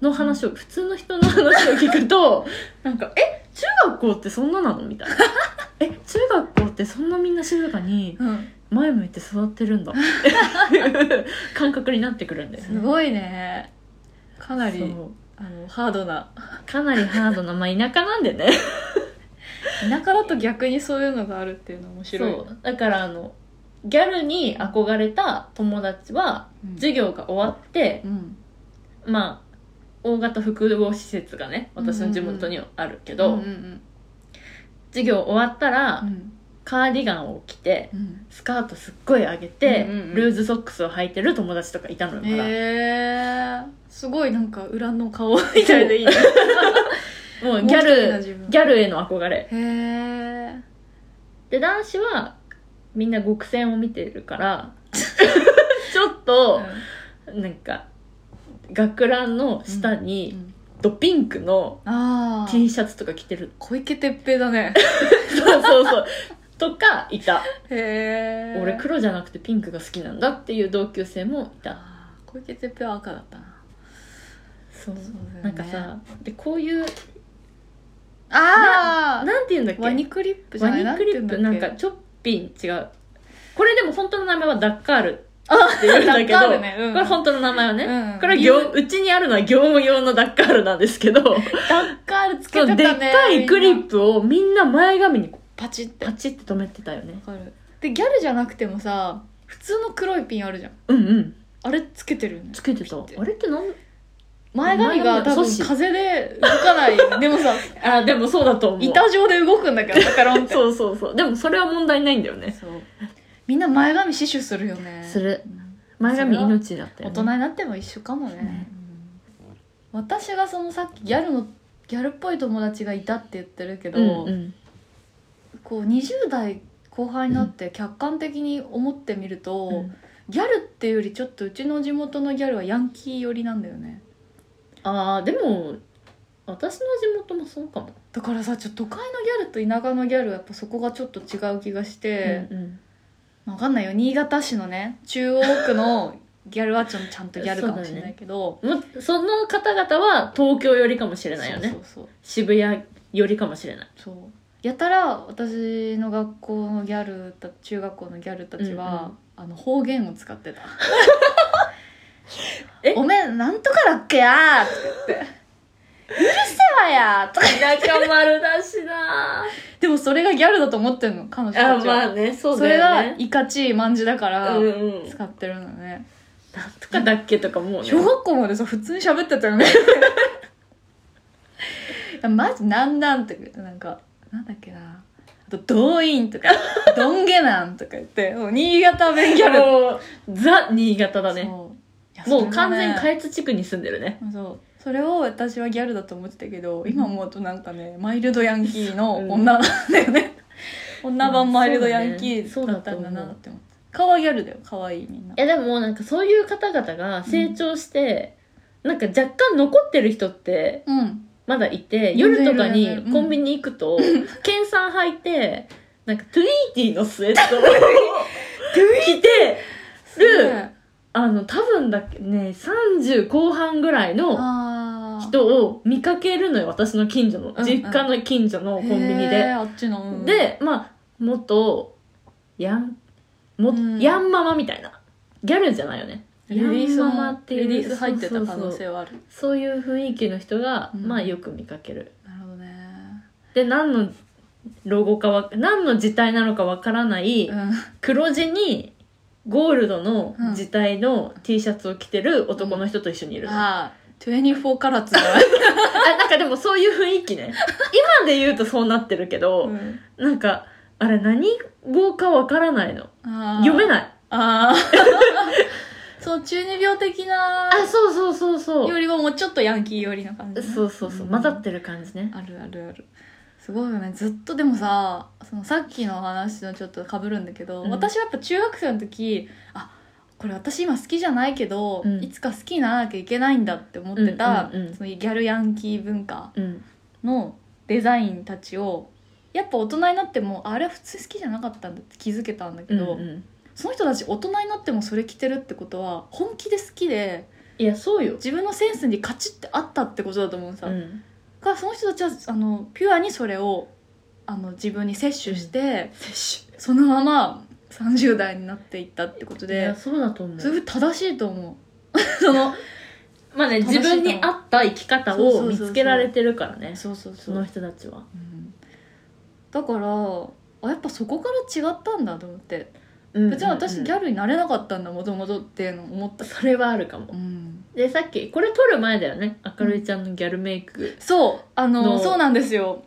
B: の話を、普通の人の話を聞くとなんか「え中学校ってそんななの?」みたいな「え中学校ってそんなみんな静かに
A: うん
B: 前向いて座ってる んだ」っていう感覚になってくるんだよね
A: すごいねかなり
B: そう
A: あのハードな
B: かなりハードなまあ田舎なんでね
A: 田舎だと逆にそういうのがあるっていうの面白い
B: そうだからあのギャルに憧れた友達は
A: うん
B: 授業が終わって、
A: うん
B: まあ大型複合施設がね私の地元にはあるけど、
A: うんうん
B: 授業終わったら、
A: うん
B: カーディガンを着て
A: うん
B: スカートすっごい上げて、
A: うんうんうん
B: ルーズソックスを履いてる友達とかいたのよ、まだ
A: えー、すごいなんか裏の顔みたいでいいね
B: も うギャ
A: もう一人の自
B: ル
A: 分
B: ギャルへの憧れ
A: へえ
B: で男子はみんな極戦を見てるから ちょっと、なんか学ランの下に、ドピンクの
A: ああ
B: T シャツとか 着てる
A: 小池徹平だね
B: そうそうそうとかいた
A: へえ
B: 俺黒じゃなくてピンクが好きなんだっていう同級生もいた
A: あー小池徹平は赤だったな
B: そう
A: そうだよね
B: なんかさでこういう
A: あ
B: なんて言うんだっけ
A: ワニクリップじゃない
B: ワニクリップなんか
A: て
B: チョッピン違うこれでも本当の名前はダッカールって
A: 言
B: 言
A: う
B: うんん
A: だ
B: だ
A: っけ
B: け
A: ダッカ
B: ど、
A: ールねうん
B: これ本当の名前はね、
A: うん
B: これは業うちにあるのは業務用のダッカールなんですけど
A: ダッカールつけ
B: そ
A: てた
B: う
A: ね
B: でっかいクリ
A: みん
B: ッ
A: な
B: プをみんな前髪に
A: パチって
B: パチって止めてたよね
A: わかるでギャルじゃなくてもさ普通の黒いピンあるじゃん
B: うんうん
A: あれつけてるよね
B: つけてた
A: て
B: あれってなん
A: 前髪が多
B: 前髪が
A: 分
B: 阻止
A: 風で動かないでもさ
B: あでも そうだと思う
A: 板状で動くんだけどだから そう
B: そうそうそうでもそれは問題ないんだよね
A: みんな前髪死守するよね
B: する
A: うん
B: 前髪命だった
A: 大
B: よ、ね、
A: 人になっても一緒かもね、
B: ね
A: うん私がそのさっきギャルのギャルっぽい友達がいたって言ってるけど、
B: うんうん
A: こう20代後半になって客観的に思ってみると、
B: うん
A: ギャルっていうよりちょっとうちの地元のギャルはヤンキー寄りなんだよね
B: ああでも私の地元もそうかも、
A: だからさちょっと都会のギャルと田舎のギャルはやっぱそこがちょっと違う気がして、
B: うんうん
A: わかんないよ新潟市のね中央区のギャルはちょっとちゃんとギャルかもしれないけど
B: もうその方々は東京寄りかもしれないよね
A: そうそう
B: 渋谷寄りかもしれない
A: そうそうやたら私の学校のギャルた中学校のギャルたちは、あの方言を使ってた
B: え
A: おめえなんとかだっけやーとか言ってうるせえわやーとか
B: 仲丸だしな
A: でもそれがギャルだと思ってんの彼女たちは
B: あまあねそう
A: そ
B: だ
A: れ
B: よ
A: が
B: ね
A: いかちいまんじだから
B: うんうん
A: 使ってるのね、
B: とかだっけとかもうね
A: 小学校までさ普通に喋ってた よねマジなんなんとか言ってなんかなんだっけなあと「動員」とか「どんげなん」とか言ってもう新潟弁ギャル
B: もうザ新 潟だね
A: そういやそれ
B: も
A: が
B: う
A: ね
B: 完全下越地区に住んでるね
A: そうそれを私はギャルだと思ってたけど今思うとなんかねマイルドヤンキーの女なんだよね、女版マイルドヤンキーだったんだなって思って顔はギャルだよ可愛いみんない
B: やでもなんかそういう方々が成長して、なんか若干残ってる人って
A: うん
B: まだいて
A: 全然
B: 夜とか
A: いるい
B: に
A: るうん
B: コンビニ行く と研さん履いてなんかトゥイーティーのスウェットを 着てるあの多分だっけね30後半ぐらいの
A: あー
B: 人を見かけるのよ私の近所の、
A: うん
B: 実家の近所のコンビニ
A: へ
B: で
A: ー。あっちの、うん
B: でまあ元ヤンも、
A: うん
B: ヤンママみたいなギャルじゃないよね
A: レディース
B: ヤンママ
A: も
B: っていう
A: レディース入ってた可能性はある
B: そういう雰囲気の人が、
A: うん
B: まあよく見かける
A: なるほどね
B: で何のロゴかわ何の字体なのかわからない、
A: う
B: 黒地にゴールドの
A: うん
B: 字体の T シャツを着てる男の人と一緒にいる
A: ん
B: の、あ
A: ああ24カラッツじゃない、
B: なんかでもそういう雰囲気 ね今で言うとそうなってるけど、
A: ん、
B: なんかあれ何語かわからないの読
A: い
B: めない
A: ああそう中二病的な
B: あそうそうそうそう
A: よりはもうちょっとヤンキー寄りの感じね、
B: そうそうそう、
A: ん
B: 混ざってる感じね
A: あるあるあるすごいよねずっとでもさそのさっきの話とちょっとかぶるんだけど、
B: うん
A: 私はやっぱ中学生の時あこれ私今好きじゃないけど、
B: うん
A: いつか好きにならなきゃいけないんだって思ってた、
B: うんうんうん
A: そのギャルヤンキー文化
B: うん
A: のデザインたちをやっぱ大人になってもああれは普通好きじゃなかったんだって気づけたんだけ
B: うんう
A: ど、
B: ん
A: その人たち大人になってもそれ着てるってことは本気で好きで
B: いやそうよ、
A: 自分のセンスにカチッってあったってことだと思うさ、
B: うん、
A: がその人たちはあのピュアにそれをあの自分に摂取して、そのまま30代になっていったってこと
B: いや
A: で
B: そうだと思う
A: すごい正しいと思うその
B: まあね
A: 正しい
B: 自
A: と思う
B: 分に合った生き方
A: そうそう
B: を
A: そう
B: 見
A: そう
B: つけられてるからね
A: そうそう
B: そ
A: そう、
B: の人たちは
A: うんだからあやっぱそこから違ったんだと思って別
B: 別
A: に私ギ
B: ャ
A: ャルになれなかったんだもともとっていうのを思った、
B: それはあるかも
A: うん、
B: でさっきこれ撮る前だよね明るいちゃんのギャルメイク、
A: そうあの
B: の
A: そうなんですよ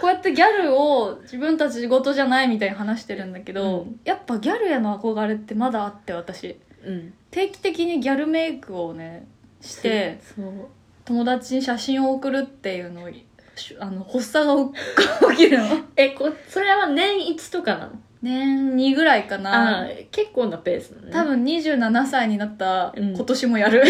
A: こうやってギャルを自分たち事じゃないみたいに話してるんだけど、
B: う
A: やっぱギャルへの憧れってまだあって私
B: うん、
A: 定期的にギャルメイクをねして
B: そう
A: 友達に写真を送るっていうのをしあの発作が起起きる の
B: えこそれは年一とかなの
A: 年2ぐらいか
B: あ
A: な
B: あ結構なペースなのね
A: 多分27歳になった
B: うん
A: 今年もや る、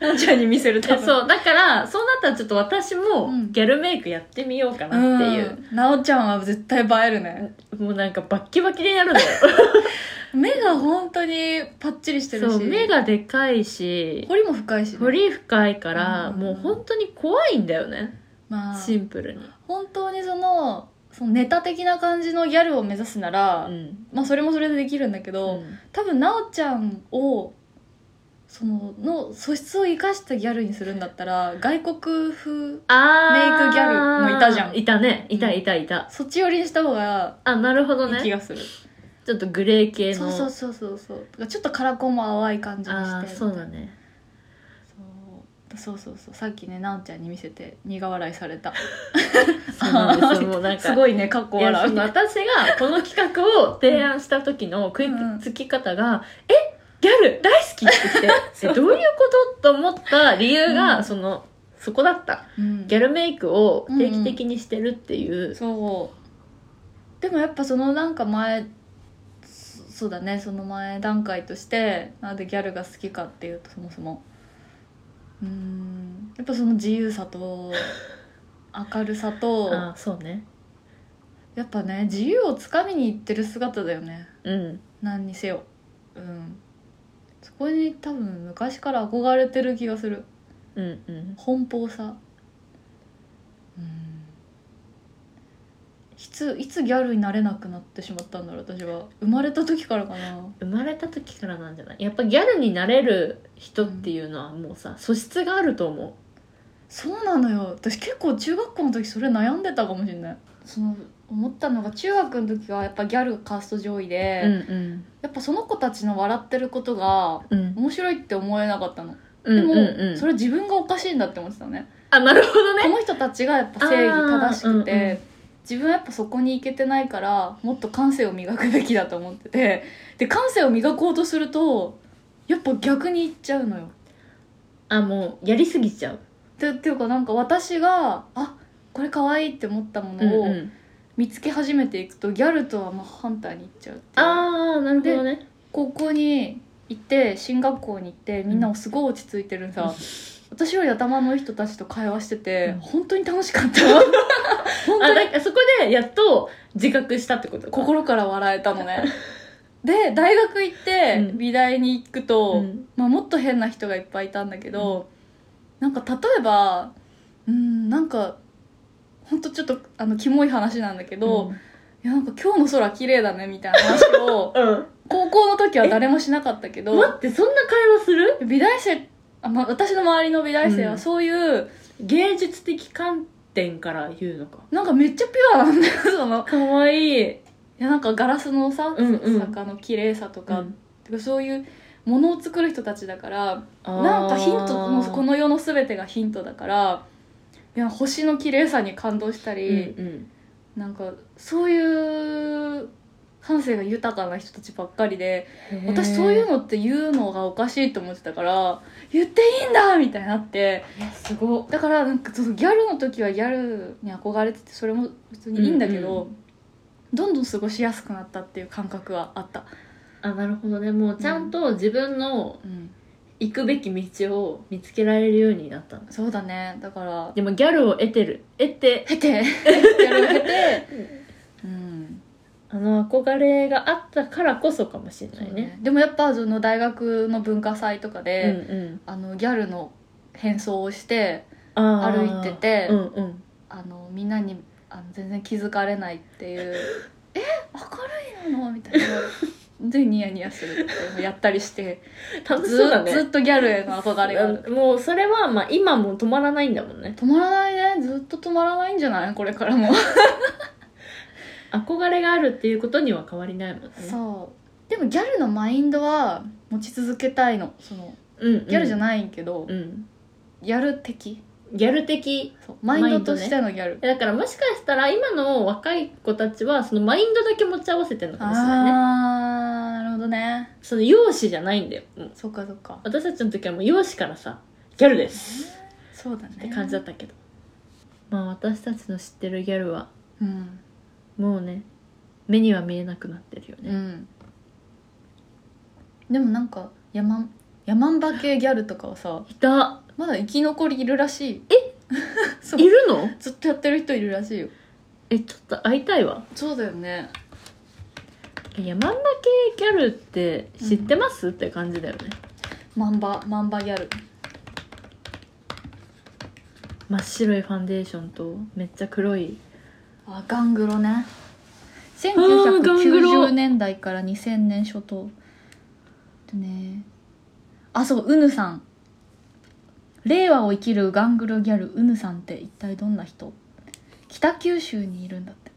A: なっちゃんに見せる多
B: え
A: 分
B: そうだからそうなったらちょっと私も
A: うん
B: ギャルメイクやってみようか
A: う、
B: なっていうん
A: なおちゃんは絶対映えるね
B: もうなんかバッキバキになるんだよ
A: 目が本当にパッチリしてる
B: そ
A: し
B: う目がでかいし
A: 彫りも深いしね、
B: 彫り深いから、
A: うん
B: もう本当に怖いんだよね
A: まあ、
B: シンプルに、
A: 本当にそのそのネタ的な感じのギャルを目指すなら、
B: うん
A: まあそれもそれでできるんだけど、多分なおちゃんをそのの素質を生かしたギャルにするんだったら外国風
B: あー
A: メイクギャルもいたじゃん
B: いたねいた
A: うん
B: いたいた、
A: そっち寄りにした方が
B: あなるほど
A: いい気
B: ね
A: がする、
B: ちょっとグレー系の
A: そうそうそうそうそうだからちょっとカラコンも淡い感じに
B: あ
A: し
B: ー
A: て
B: そうだね
A: そうそうそうそうさっきねなおちゃんに見せて苦笑いされた
B: そうなんですよもうなんか
A: すごいねかっこ
B: いや
A: 笑
B: そうの私がこの企画を提案した時の食いつき方が「えギャル大好き!」って きてえどういうことと思った理由が、
A: うん
B: そのそこだった
A: うん
B: ギャルメイクを定期的にしてるっていう、
A: そうでもやっぱそのなんか前そそうだねその前段階としてなんでギャルが好きかっていうとそもそもうーんやっぱその自由さと明るさと
B: あ そうね
A: やっぱね自由をつかみにいってる姿だよね
B: うん
A: 何にせようんそこに多分昔から憧れてる気がする
B: うんうん
A: 奔放さうんいついつギャルになれなくなってしまったんだろう私は生まれた時からかな
B: 生まれた時からなんじゃないやっぱギャルになれる人っていうのはもうさ素質があると思
A: そうなのよ私結構中学校の時それ悩んでたかもしれないその思ったのが中学の時はやっぱギャルがカースト上位
B: う、
A: で、
B: うん
A: やっぱその子たちの笑ってることが
B: うんうん
A: 面白いって思えなかったの
B: う
A: で
B: ん
A: も、
B: うんうん
A: それ自分がおかしいんだって思ってたのね
B: あなるほど
A: こ
B: ね
A: の人たちがやっぱ正義正しくて、
B: あーうんうん
A: 自分はやっぱそこに行けてないからもっと感性を磨くべきだと思っててで感性を磨こうとするとやっぱ逆に行っちゃうのよ。
B: あもうやりすぎちゃう
A: てっていうかなんか私があこれ可愛いって思ったもの
B: うん
A: を
B: うん
A: 見つけ始めていくと、ギャルとはまあ反対に行っちゃうっていう
B: ああなるほどね
A: 高校に行って進学校に行ってみんなすごい落ち着いてるさ、私より頭のいい人たちと会話してて、
B: うん
A: 本当に楽しかった わ本
B: あ
A: 当に
B: だそこでやっと自覚したってことか
A: 心から笑えたのねで大学行って
B: うん
A: 美大に行くと、
B: うん
A: まあ、もっと変な人がいっぱいいたんだけど、なんか例えばうんなんかほんとちょっと あのキモい話なんだけど、いやなんか今日の空綺麗だねみたいな話を
B: うん
A: 高校の時は誰もしなかったけど
B: 待ってそんな会話する
A: 美大生あ、ま、私の周りの美大生
B: う
A: は
B: ん
A: そういう、
B: 芸術的観点から言うのか
A: なんかめっちゃピュアなんだよ その
B: かわいい
A: いやなんかガラスのさ、
B: うんうん
A: 坂の綺麗さとか,、てかそういうものを作る人たちだから
B: な
A: なんかヒントもうこの世の全てがヒントだからいや星の綺麗さに感動した
B: う
A: り、
B: んうん
A: なんかそういう感性が豊かな人たちばっかりで私そういうのって言うのがおかしいと思ってたから言っていいんだみたいになって
B: へーえすごっ
A: だからなんかそのギャルの時はギャルに憧れててそれも普通にいいんだけど、
B: う
A: どんどん過ごしやすくなったっていう感覚はあった、
B: あなるほどねもうちゃんと自分の
A: うん、
B: 行くべき道を見つけられるようになったの
A: そうだねだから
B: でもギャルを得てる得て
A: 経 てギャルを経てうん
B: あの憧れがあったからこそかもしれ
A: そ
B: な
A: う
B: いね
A: ねでもやっぱその大学の文化祭とか
B: う
A: で、
B: ん
A: あのギャルの変装をして
B: うんあ
A: 歩い
B: ー
A: てて
B: うんうん
A: あのみんなにあの全然気づかれないっていう え明るいなのみたいなでニヤニヤするとかやったりして
B: 楽し
A: ず,、
B: そうだね
A: ずっとギャルへの憧れがある
B: もうそれはまあ今も止まらないんだもんね
A: 止まらないねずっと止まらないんじゃないこれからも
B: 憧れがあるっていうことには変わりないもんね
A: そうでもギャルのマインドは持ち続けたいのその
B: うんうん、
A: ギャルじゃ
B: な
A: ないけど、
B: うん
A: ギャル的
B: ギャル的
A: そうマインドとしてのギャル、
B: だからもしかしたら今の若い子たちはそのマインドだけ持ち合わせてるのかもしれないね
A: あーなるほどね
B: その容姿じゃないんだよ、もう
A: そっかそっか
B: 私たちの時はもう容姿からさギャルです
A: そうだね
B: って感じだったけど、まあ私たちの知ってるギャルは
A: うん
B: もうね目には見えなくなってるよ
A: う
B: ね、
A: んでもなんか山ん山んば系ギャルとかはさ
B: いた
A: まだ生き残りいるらしいえ そう
B: いるの
A: ずっとやってる人いるらしいよ
B: えちょっと会いたいわ
A: そうだよね
B: 山んば系ギャルって知ってます、って感じだよね
A: マンバマンバギャル
B: 真っ白いファンデーションとめっちゃ黒い
A: あガングロね
B: ーガングロ
A: 1990年代から2000年初頭でねあそううぬさん令和を生きるガングロギャルうぬさんって一体どんな人北九州にいるんだって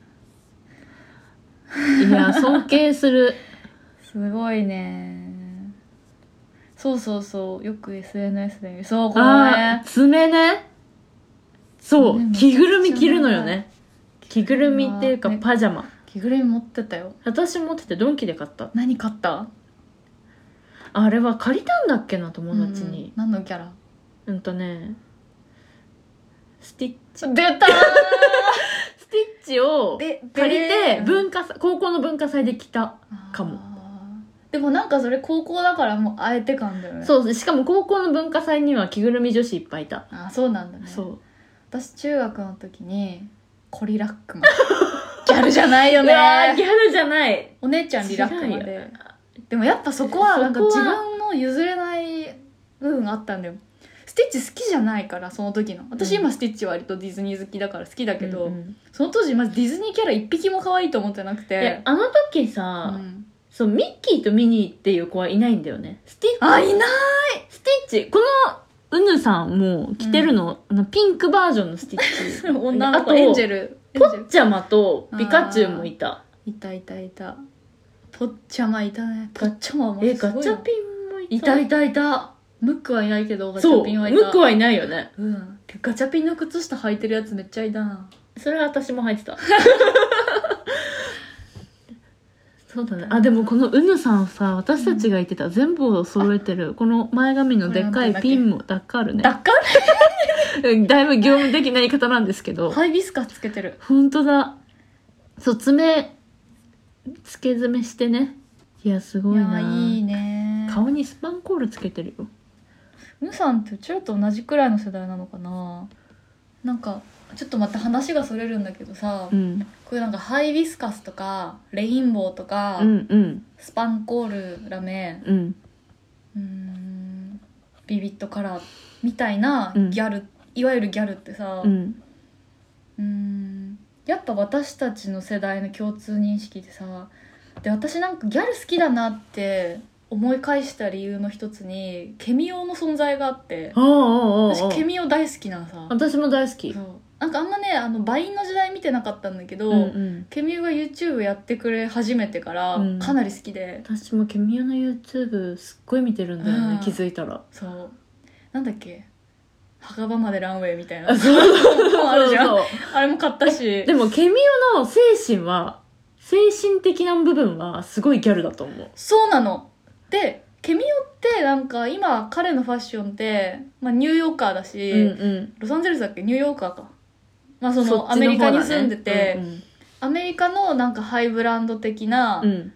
B: いや尊敬する
A: すごいねそうそうそうよく SNS で見るそうこの
B: あ
A: ね
B: ー爪ねそ
A: ね
B: う着ぐるみ着るのよね着ぐるみっていうか
A: ね
B: パジャマ
A: 着ぐるみ持ってたよ
B: 私持っててドンキで買った
A: 何買った
B: あれは借りたんだっけな友達
A: うん
B: に、
A: 何のキャラ
B: うん、とねスティッチ
A: 出た
B: スティッチを
A: で
B: 借りて
A: で
B: 文化祭高校の文化祭で着た、かも
A: あーでもなんかそれ高校だからもうあえて感だよねう
B: そうしかも高校の文化祭には着ぐるみ女子いっぱいいた、
A: あそうなんだね
B: そう
A: 私中学の時にコリラックマンギャルじゃないよ
B: うわーギ
A: ね
B: ャルじゃない
A: お姉ちゃんリラックマン
B: 違う
A: ででもやっぱそこはなんか
B: そこ
A: 自
B: は
A: 分の譲れない部分があったんだよスティッチ好きじゃないからその時の私
B: う
A: 今スティッチ割とディズニー好きだから好きだけど、
B: うんうん
A: その当時まずディズニーキャラ一匹も可愛いと思ってなくて、
B: えあの時
A: う
B: さ、
A: ん
B: そうミッキーとミニーっていう子はいないんだよねスティッ
A: あいない
B: チスティッチこのうぬさんも着てるの,、あのピンクバージョンのスティッチ
A: 女の
B: あ
A: 子
B: と
A: エンジェルエン
B: ポ
A: ジェ
B: ッ
A: ル
B: チャマとピカチュウもいた
A: いたいたいたポッチャマいたねポッチャマも
B: え
A: す
B: ガ
A: ごい
B: チ
A: な
B: ャピンもい
A: い
B: た
A: たいたいたムックはいないけどガチ
B: そ
A: ャ
B: う
A: ピ
B: ム
A: ンはいた
B: ックはいないよね
A: うん、ガチャピンの靴下履いてるやつめっちゃいたな
B: それは私も入ってた そうだねあでもこのうぬさんさ私たちが言ってた、全部を揃えてるこの前髪のでっかいピンもダッカールね
A: ダッカ
B: うんだいぶ業務的な言い方なんですけど
A: ハイビスカスつけてる
B: 本当だそう爪つけ爪してねいやすごいない
A: やいいね
B: 顔にスパンコールつけてるよ
A: ムさんってうちらと同じくらいの世代なのかななんかちょっとまた話がそれるんだけどさ、
B: う
A: こ
B: ん
A: ういうなんかハイビスカスとかレインボーとか、
B: うんうん
A: スパンコールラメ
B: うん
A: うーんビビットカラーみたいな
B: うん
A: ギャル、いわゆるギャルってさ、
B: うん
A: うーんやっぱ私たちの世代の共通認識でさで私なんかギャル好きだなって思い返した理由の一つにケミオの存在があって
B: ああああ
A: 私ケミオ大好きなのさ
B: 私も大好き
A: そうなんかあんまねあのバインの時代見てなかったんだけど、
B: うんうん
A: ケミオが YouTube やってくれ始めてから
B: うん
A: かなり好きで、
B: 私もケミオの YouTube すっごい見てるんだよ
A: うん
B: ね気づいたら
A: そうなんだっけ墓場までランウェイみたいな
B: あ そう
A: 本あるじゃん
B: そうそう
A: あれも買ったし
B: でもケミオの精神は精神的な部分はすごいギャルだと思う
A: そうなのでケミオってなんか今彼のファッションって、まあ、ニューヨーカーだし、
B: うん
A: ロサンゼルスだっけニューヨーカーかまあ
B: う
A: そ
B: ん
A: のアメリカに住んでて、
B: うん
A: アメリカのなんかハイブランド的な、
B: うんうん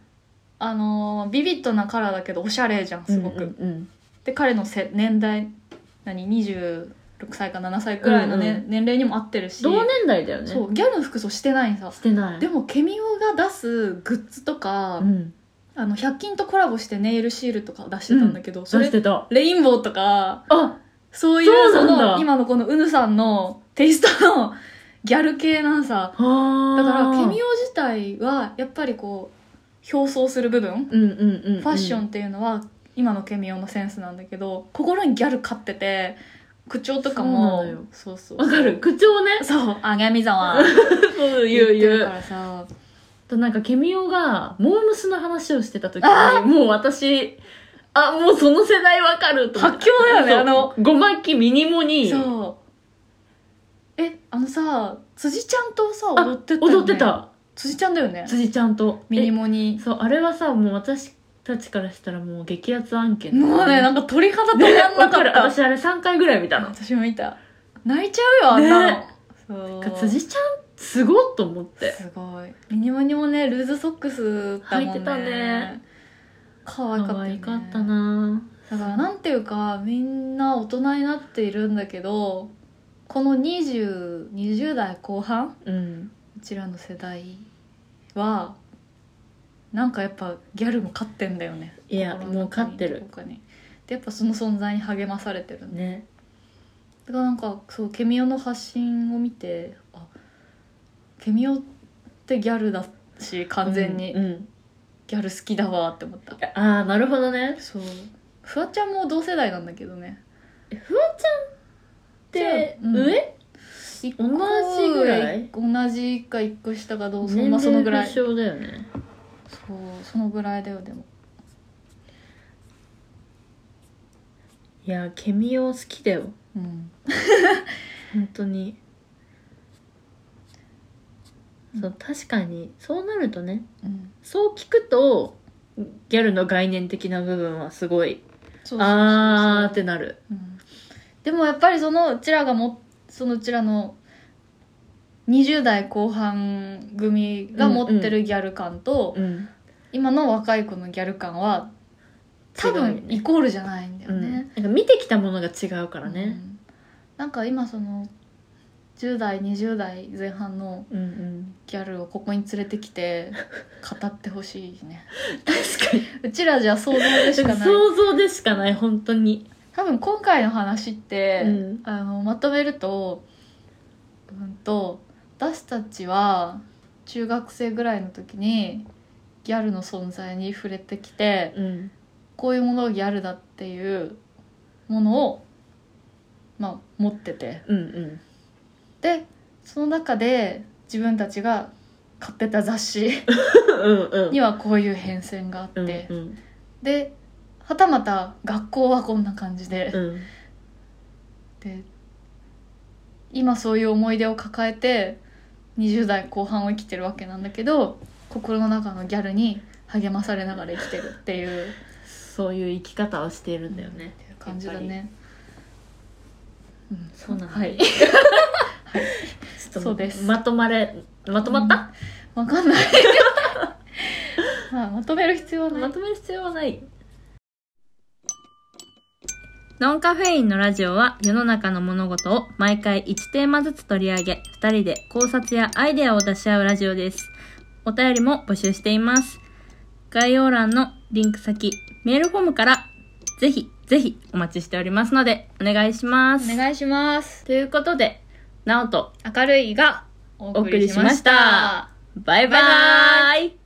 A: あのービビッドなカラーだけどおしゃれじゃんすごく、
B: うんうんうん
A: で彼のせ年代何26歳か7歳くらいの、ね
B: うんう
A: 年齢にも合ってるし
B: 同年代だよね
A: そうギャルの服装してないさ
B: してない
A: でもケミオが出すグッズとか、
B: うん
A: あの100均とコラボしてネイルシールとか出してたんだけど、そ
B: 出
A: れ
B: してた
A: レインボーとか
B: あ
A: そういう
B: そ
A: そう
B: なんだ
A: の今のこのうぬさんのテイストのギャル系なんさ
B: あー
A: だからケミオ自体はやっぱりこう表層する部分、
B: うんうんうんうん
A: ファッションっていうのは今のケミオのセンスなんだけど心にギャル飼ってて口調とかも
B: そうなのよ
A: そうそう
B: わかる口調ね
A: そうあがみざわ
B: そう
A: 言って
B: 言
A: る
B: う
A: からさ
B: となんかケミオがモームスの話をしてた時
A: あ
B: にもう私あもうその世代わかると思って
A: 発狂だよね
B: そう
A: あの
B: ごまきミニモに
A: そうえあのさ辻ちゃんとさ
B: あ
A: 踊ってたよね
B: 踊ってた
A: 辻ちゃんだよね
B: 辻ちゃんと
A: ミニ
B: モ
A: モに
B: そうあれはさもう私たちからしたらもう激アツ案件
A: もうねなんか鳥肌止ま
B: ね
A: んな
B: わ
A: か
B: か
A: っ
B: る
A: た、
B: 私あれ3回ぐらい見たの
A: 私も見た泣いちゃうよあんなの、
B: ね
A: そう
B: なんか辻ちゃんすごっと思って
A: すごいミニモニもねルーズソックスだもんね
B: 履いてたね
A: 可愛かった、
B: 可
A: ね、
B: 愛かったな
A: だからなんていうかみんな大人になっているんだけどこの 20, 20代後半
B: うん
A: うちらの世代はなんかやっぱギャルも勝ってんだよね
B: いやもう勝ってる
A: 他にでやっぱその存在に励まされてるんだ
B: ね
A: だからなんかそうケミオの発信を見てあケミオってギャルだし完全に、
B: うんうん
A: ギャル好きだわって思った
B: ああなるほどね
A: そうフワちゃんも同世代なんだけどね
B: えフワちゃんっ
A: じ
B: て
A: ゃあうん
B: 上同じぐらい
A: 同じか一個下かどうそ,、
B: 年
A: まあ、その
B: 齢
A: ぐ
B: 不
A: らいそう
B: 詳だよね
A: そのぐらいだよでも
B: いやケミオ好きだよ
A: うん
B: 本当に
A: うん
B: そう確かにそうなるとね
A: うん
B: そう聞くとギャルの概念的な部分はすごい
A: そうそうそうそう
B: あーってなる
A: うんでもやっぱりそのうちらがもそのうちらの20代後半組が持ってるギャル感と、
B: うん
A: 今の若い子のギャル感は多
B: 違うよ
A: 分
B: ね
A: イコールじゃないんだよ
B: うんなん
A: ね。
B: か見てきたものが違うから
A: う
B: ね
A: んなんか今その10代20代前半の
B: うんうん
A: ギャルをここに連れてき て語ってほしいね
B: 確かに
A: うちらじゃ想像でしかない
B: 想像でしかない本当に
A: 多分今回の話って、
B: うん
A: あのまとめると,、うん、と私たちは中学生ぐらいの時にギャルの存在に触れてきて
B: うん
A: こういうものがギャルだっていうものを、まあ、持ってて
B: うんうん
A: でその中で自分たちが買ってた雑 誌
B: うんうん
A: にはこういう変遷があって、
B: うんうん
A: ではたまた学校はこんな感じで。
B: うん
A: で今そういう思い出を抱えて20代後半を生きてるわけなんだけど心の中のギャルに励まされながら生きてるっていう
B: そういう生き方をしているんだよね
A: っていう感じだね。うん、
B: そうなんだ
A: はい。
B: ちょっと
A: そうです
B: まとまれまとまった、
A: わかんない。 まあまとめる必要はな
B: ま
A: い。
B: とめる必要はないノンカフェインのラジオは世の中の物事を毎回1テーマずつ取り上げ2人で考察やアイデアを出し合うラジオですお便りも募集しています概要欄のリンク先メールフォームからぜひぜひお待ちしておりますのでお願いします
A: お願いします。
B: ということでなおと
A: 明るいがお
B: お送りしました。バイバ
A: バイ
B: イ